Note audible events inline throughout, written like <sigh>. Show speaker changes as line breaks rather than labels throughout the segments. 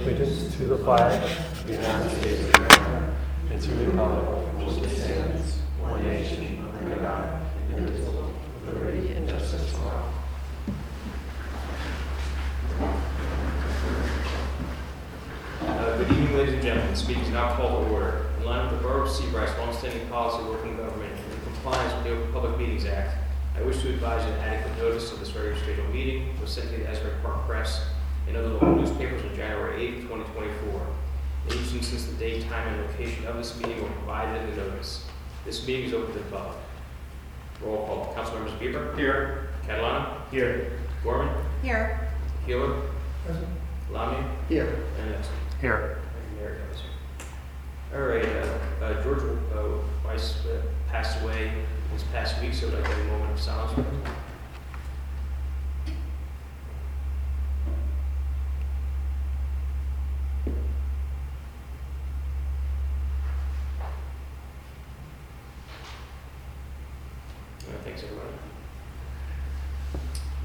allegiance to the flag of the United States of America and to the republic which stands one nation under God, indivisible, with liberty and justice for all.
Uh, Good evening, ladies and gentlemen. Speaking is now called to order. In line with the Borough of Seabright's longstanding policy of working government in compliance with the Open Public Meetings Act, I wish to advise you that adequate notice of this regular scheduled meeting was sent to the Asbury Park Press and other local newspapers on January 8, 2024. In each instance, the date, time, and location of this meeting were provided in the notice. This meeting is open to the public. Roll call. Councilmembers Bieber. Here. Catalano. Here. Gorman.
Here.
Healer. Lamy. Here. And Exton.
Here.
There it goes. All right, uh, uh, George uh, Weiss uh, passed away this past week, so I'd like to have a moment of silence. for him. All right, Thanks, everyone.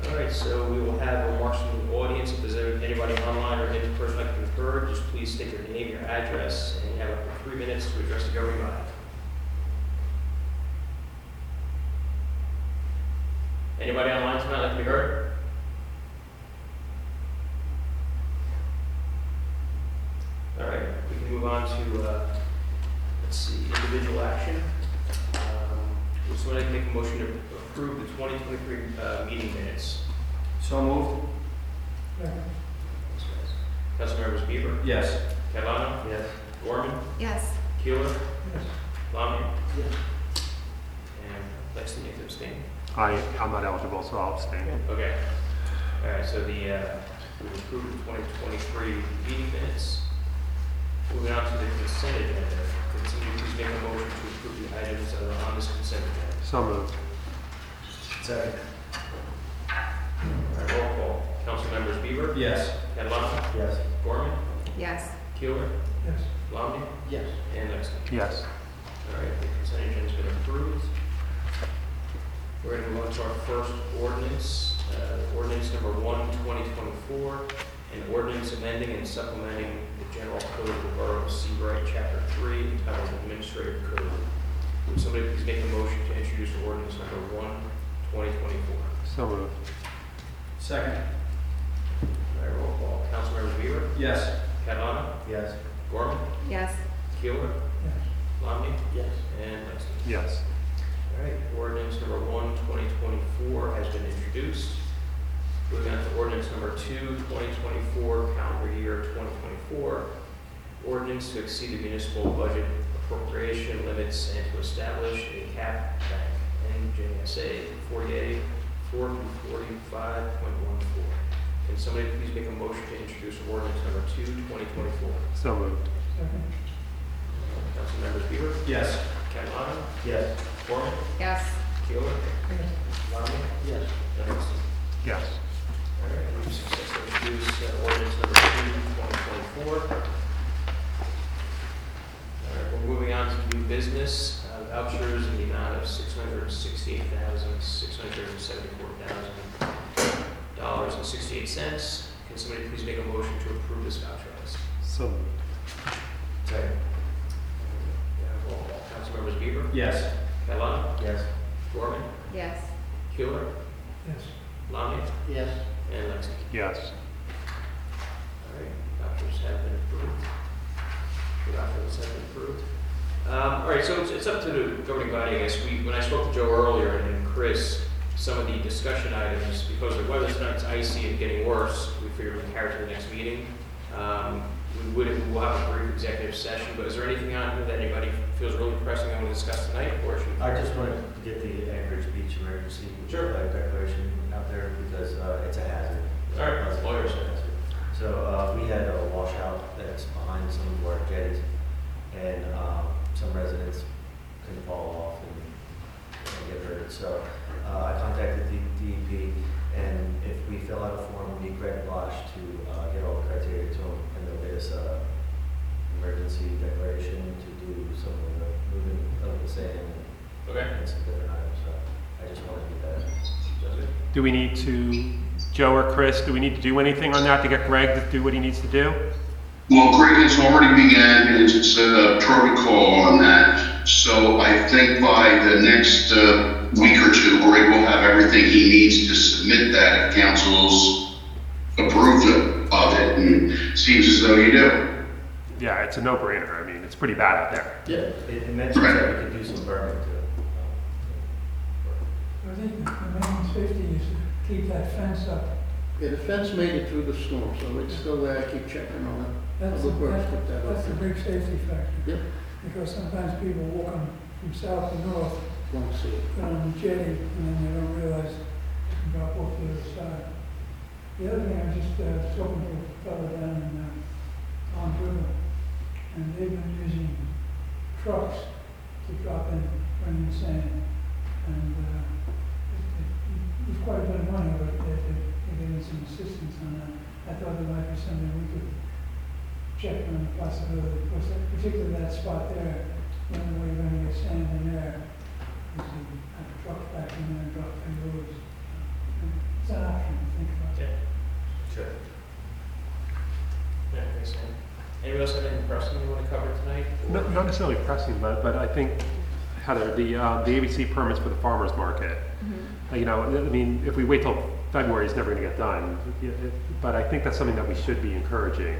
All right, so we will have remarks from the audience. If there's anybody online or in person I can heard, just please state your name, your address, and you have up to three minutes to address the governing body. Anybody online tonight like to be heard? All right, we can move on to, uh, let's see, individual action. Um, Would someone like to make a motion to approve the 2023 uh, meeting minutes?
So moved?
Councilmembers Bieber,
Yes.
Catalano,
Yes.
Gorman,
Yes.
Keeler,
Yes.
Lamy,
Yes.
and Lexington to abstain.
I, I'm not eligible, so I'll abstain.
Okay. All right, so the, uh, we approved the 2023 meeting minutes. Moving on to the consent agenda. Could somebody please make a motion to approve the items that are on this consent agenda?
So moved.
Second?
All right, roll call. Councilmembers Bieber,
Yes.
Catalano,
Yes.
Gorman,
Yes.
Keeler,
Yes.
Lamy,
Yes.
and Lexington.
Yes.
All right, the consent agenda's been approved. We're going to move on to our first ordinance, uh, ordinance number one, 2024, an ordinance amending and supplementing the general code of the Borough of Seabright, Chapter 3, entitled Administrative Code. Would somebody please make a motion to introduce ordinance number one, 2024?
So moved.
Second?
All right, roll call. Councilmember Weaver,
Yes.
Catalano,
Yes.
Gorman,
Yes.
Keeler,
Yes.
Lamy,
Yes.
and Lexington.
Yes.
All right, ordinance number one, 2024 has been introduced. Moving on to ordinance number two, 2024, calendar year 2024. Ordinance to exceed the municipal budget appropriation limits and to establish a cap bank, NJSA 48, 4 through 45.14. Can somebody please make a motion to introduce ordinance number two, 2024?
So moved.
Councilmembers Bieber,
Yes.
Catalano,
Yes.
Gorman,
Yes.
Keeler, Lamy,
Yes.
and Hudson.
Yes.
All right, we've successfully introduced uh, ordinance number two, 2024. All right, we're moving on to new business, uh, vouchers in the amount of six hundred sixty-eight thousand, six hundred seventy-four thousand dollars and sixty-eight cents. Can somebody please make a motion to approve this voucher list?
So moved.
Second. Roll call. Councilmembers Bieber,
Yes.
Catalano,
Yes.
Gorman,
Yes.
Keeler,
Yes.
Lamy,
Yes.
and Lexington.
Yes.
All right, vouchers have been approved. The vouchers have been approved. Um, All right, so it's- it's up to the governing body, I guess. We, when I spoke to Joe earlier and then Chris, some of the discussion items, because the weather tonight's icy and getting worse, we figured we'd carry to the next meeting. Um, We would, we'll have a brief executive session, but is there anything on here that anybody feels really pressing they want to discuss tonight, or should?
I just wanted to get the Anchorage Beach Emergency
Sure.
uh, Declaration out there because uh, it's a hazard.
All right,
It's a
lawyers.
hazard. So uh, we had a washout that's behind some of our jetties, and um, some residents can fall off and you know, get hurt. So uh, I contacted the DEP, and if we fill out a form, we need Greg Bosch to uh, get all the criteria to him, and they'll get us a emergency declaration to do some of the moving of the sand and
Okay.
and some different items, so I just wanted to get that.
Sounds good.
Do we need to
Joe or Chris, do we need to do anything on that to get Greg to do what he needs to do?
Well, Greg has already began his uh, protocol on that, so I think by the next uh, week or two, Greg will have everything he needs to submit that if council's approved of- of it, and seems as though you do.
Yeah, it's a no-brainer. I mean, it's pretty bad out there.
Yeah.
It it mentions that we could do some berming too.
I think the main safety is to keep that fence up.
Yeah, the fence made it through the storm, so it's still there, I keep checking on it.
That's,
Public
that-
Works put that up.
that's a big safety factor.
Yep.
Because sometimes people walking from south to north,
Don't see it.
they're on the jetty, and then they don't realize they can drop off the other side. The other thing, I just, uh, talking to a fellow down in, uh, Tom River, and they've been using trucks to drop in, bring in sand, and, uh, it- it- it's quite a bit of money, but they're, they're getting some assistance on that. I thought there might be something we could check on the possibility, because that- particularly that spot there, when we're gonna get sand in there, we can have a truck back in there and drop in loads. It's an option to think about.
Sure.
Yeah, thanks, Sam. Anybody else have any pressing you want to cover tonight?
Not not necessarily pressing, but, but I think, Heather, the, uh, the ABC permits for the farmer's market, Uh, you know, I mean, if we wait till February, it's never gonna get done. It- it- But I think that's something that we should be encouraging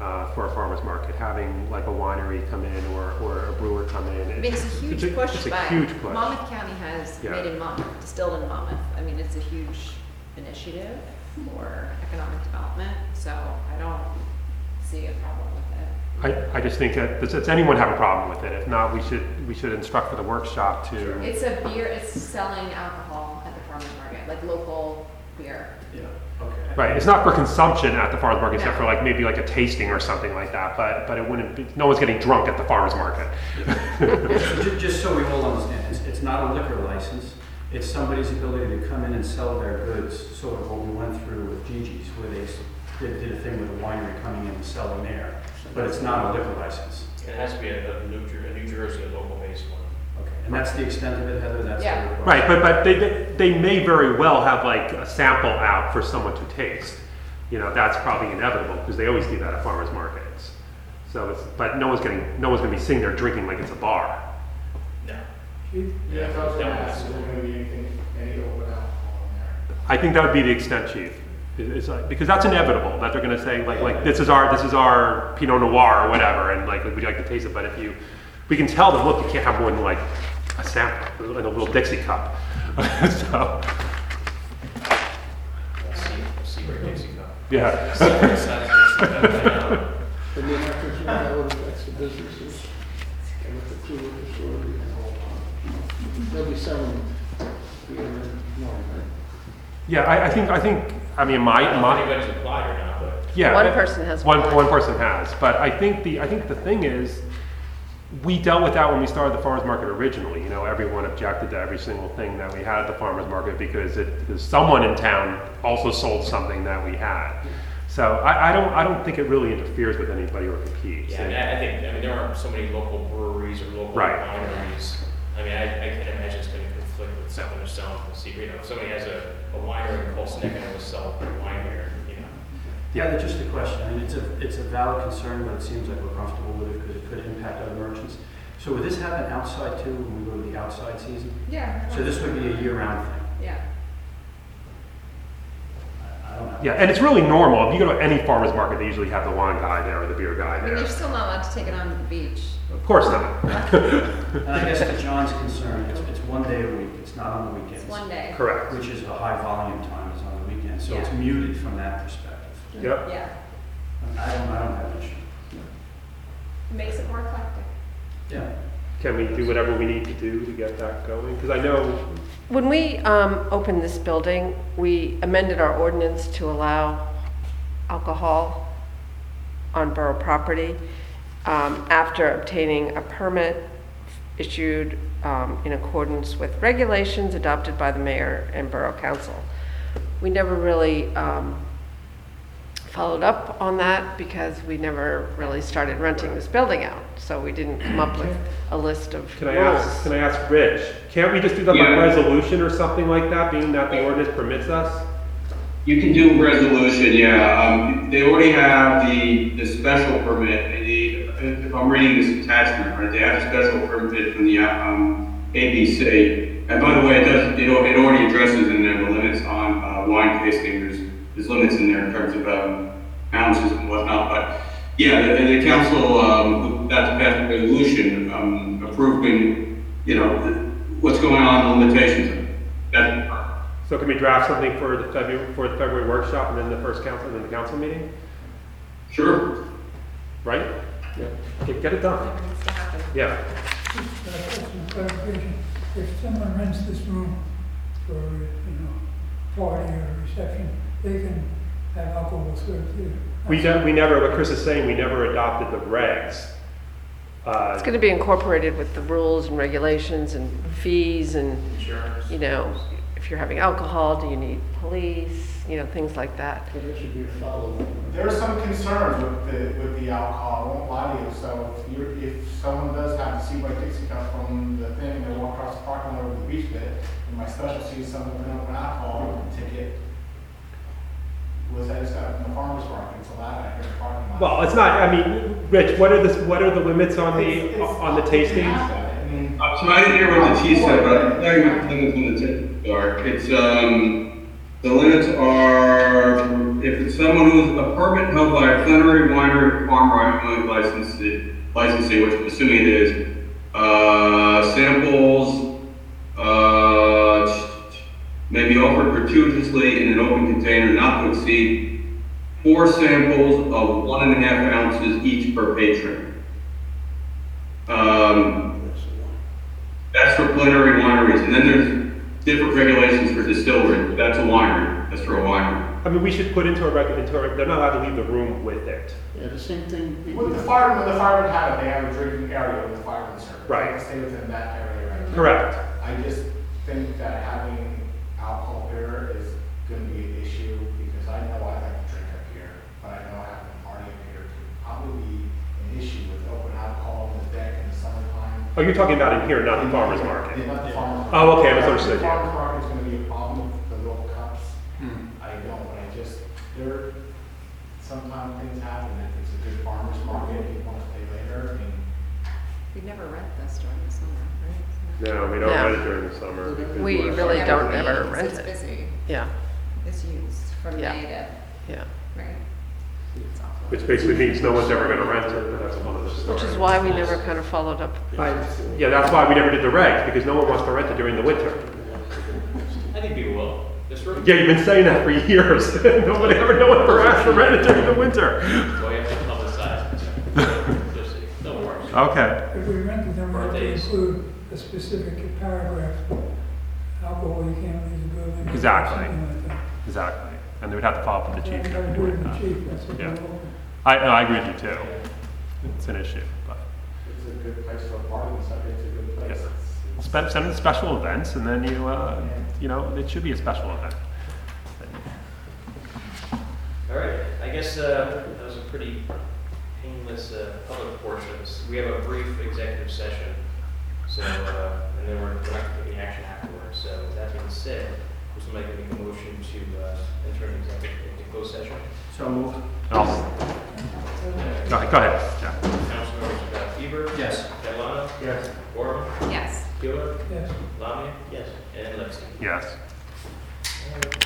uh, for a farmer's market, having like a winery come in or, or a brewer come in.
I mean, it's a huge push
It's a
by,
huge push.
Monmouth County has
Yeah.
made in Monmouth, distilled in Monmouth. I mean, it's a huge initiative for economic development, so I don't see a problem with it.
I, I just think that, does, does anyone have a problem with it? If not, we should, we should instruct for the workshop to,
It's a beer, it's selling alcohol at the farmer's market, like local beer.
Yeah, okay.
right, it's not for consumption at the farmer's market, except
No.
for like, maybe like a tasting or something like that, but, but it wouldn't be, no one's getting drunk at the farmer's market.
So ju- Just so we all understand, it's, it's not a liquor license, it's somebody's ability to come in and sell their goods, sort of what we went through with Gigi's, where they s- did, did a thing with a winery coming in and selling there, but it's not a liquor license.
It has to be a a New Jer- a New Jersey, a local based one.
Okay. And that's the extent of it, Heather, that's the
Yeah.
requirement.
Right, but, but they- they, they may very well have like a sample out for someone to taste. You know, that's probably inevitable, because they always do that at farmer's markets. So it's, but no one's getting, no one's gonna be sitting there drinking like it's a bar.
No.
Chief?
Yeah, I was gonna ask, is there
gonna be anything, any open alcohol in there?
I think that would be the extent, chief. It- It's like, because that's inevitable that they're going to say like like this is our this is our Pinot Noir or whatever, and like would you like to taste it? But if you, we can tell them, look, you can't have more than like a sample in a little Dixie cup. <laughs> so
Seabird Dixie Cup.
yeah,
Seabird size Dixie Cup, I know.
But then after two hours, that's the businesses. And with the two liquor stores, you know, they'll be selling beer and wine, right?
yeah. I, I think I think I mean
I
my
don't know if
my
anybody's applied or not, but.
yeah.
One
I-
person has
One,
applied.
one person has, but I think the, I think the thing is, we dealt with that when we started the farmer's market originally, you know, everyone objected to every single thing that we had at the farmer's market because it, because someone in town also sold something that we had. So I, I don't, I don't think it really interferes with anybody or competes.
Yeah, I mean, I I think, I mean, there are so many local breweries or local
Right.
wineries. I mean, I, I can imagine it's gonna conflict with something they're selling from Seabird. You know, if somebody has a, a winery in Colson, they're gonna sell wine here, you know.
Yeah, that's just a question. I mean, it's a, it's a valid concern, but it seems like we're comfortable with it because it could impact other merchants. So would this happen outside too, when we go to the outside season?
Yeah.
So this would be a year-round thing?
Yeah.
I I don't know.
Yeah, and it's really normal, if you go to any farmer's market, they usually have the wine guy there or the beer guy
I mean, you're
there.
still not allowed to take it on the beach.
Of course not,
And I guess to John's concern, it's, it's one day a week, it's not on the
It's
weekends.
one day.
correct,
Which is a high volume time is on the weekends, so it's
Yeah.
muted from that
yep.
perspective.
Yeah.
I don't, I don't have an issue.
Makes it more eclectic.
Yeah.
Can we do whatever we need to do to get that going? Because I know
When we um, opened this building, we amended our ordinance to allow alcohol on borough property um, after obtaining a permit issued um, in accordance with regulations adopted by the mayor and borough council. We never really um, followed up on that because we never really started renting this building out, so we didn't come up with a list of
Can I ask,
rules.
can I ask Rich, can't we just do that by
Yeah.
resolution or something like that, being that the ordinance permits us?
You can do a resolution, yeah. Um, they already have the, the special permit, they need, if if I'm reading this attachment, right, they have a special permit from the, um, ABC. And by the way, it does, it, al- it already addresses in there the limits on, uh, wine tasting, there's, there's limits in there in terms of, um, ounces and whatnot, but, yeah, the, the council, um, that's passed a resolution, um, approving, you know, the- what's going on, the limitations. That,
So can we draft something for the February, for the February workshop and then the first council, and then the council meeting,
sure.
right? Yeah. Get, get it done,
It needs to happen.
yeah.
Just some clarification, if someone rents this room for, you know, party or reception, they can have alcohol served here.
We don't, we never, what Chris is saying, we never adopted the regs. Uh,
It's going to be incorporated with the rules and regulations and fees and,
Insurance.
you know, if you're having alcohol, do you need police, you know, things like that.
But it should be a follow-up.
There are some concerns with the, with the alcohol, I won't lie to you, so if you're, if someone does have to see my Dixie cup from the thing, they walk across the parking lot over the beach bed, and my specialty is something with an alcohol ticket, was I just got from the farmer's market, it's allowed out here in the parking lot.
Well, it's not, I mean, Rich, what are the, what are the limits on
It's-
the,
it's-
on the
it's-
tastings?
I mean,
Uh, So I didn't hear what the T said, but I think what the limits on the tip are. It's, um, the limits are, if it's someone who's a permit held by a plenary winery, farmer, winery licensee, licensee, which I'm assuming it is, uh, samples, uh, may be offered gratuitously in an open container not to exceed four samples of one and a half ounces each per patron. Um, that's for plenary wineries, and then there's different regulations for distillery. That's a winery. That's for a winery.
I mean, we should put into a record, into a, they're not allowed to leave the room with it.
Yeah, the same thing. we-
With the firemen, the firemen have it, they have a drinking area with the firemen serve.
Right.
They Stay within that area right now.
Correct.
I just think that having alcohol here is gonna be an issue, because I know I like to drink up here, but I know having a party up here could probably be an issue with open alcohol on the deck in the summertime.
Oh, you're talking about in here, not the farmer's market.
Yeah, Not the farmer's.
Oh, okay, I
market.
misunderstood you.
The farmer's market's gonna be a problem with the little cups.
Hmm.
I know, but I just, there, sometimes things happen, if it's a good farmer's market, people want to stay later, and
We'd never rent this during the summer, right?
No, we don't
No.
rent it during the summer. because
We
we're-
really
Never
don't
be,
ever
'cause
rent
It's
it.
busy,
Yeah,
it's used from
Yeah.
May to,
yeah.
right? It's awful.
Which basically means no one's ever gonna rent it, but that's one of the stories.
Which is why we never kind of followed up.
Yeah, that's why we never did the regs, because no one wants to rent it during the winter.
I think people will. This room,
Yeah, you've been saying that for <laughs> years. Nobody ever, no one ever asked to rent it during the winter.
that's why you have to publicize it. Just, Don't worry.
Uh. Okay.
If we rent it, then we have to
Birthdays.
include a specific paragraph, alcohol, you can't leave the building. or
Exactly.
Something like that.
Exactly. And they would have to follow up with the
Yeah, we gotta do it in the chief, that's what we're
Yeah.
hoping.
I, I agree with you too. It's an issue, but.
it's a good place for a party, and stuff, it's a good place.
Yeah. Spend, send it special events, and then you, uh, you know, it should be a special event.
All right, I guess uh, that was a pretty painless uh, public portion. We have a brief executive session, so, uh, and then we're we're not going to take any action afterwards. So with that being said, would somebody make a motion to uh, enter an executive, into closed session?
So moved.
Awesome. Oh, Go ahead, go ahead, Jack.
Councilmembers uh, Bieber,
Yes.
Catalano,
Yes.
Gorman,
Yes.
Keeler,
Yes.
Lamia. Yes. And Lexi.
Yes.
All right.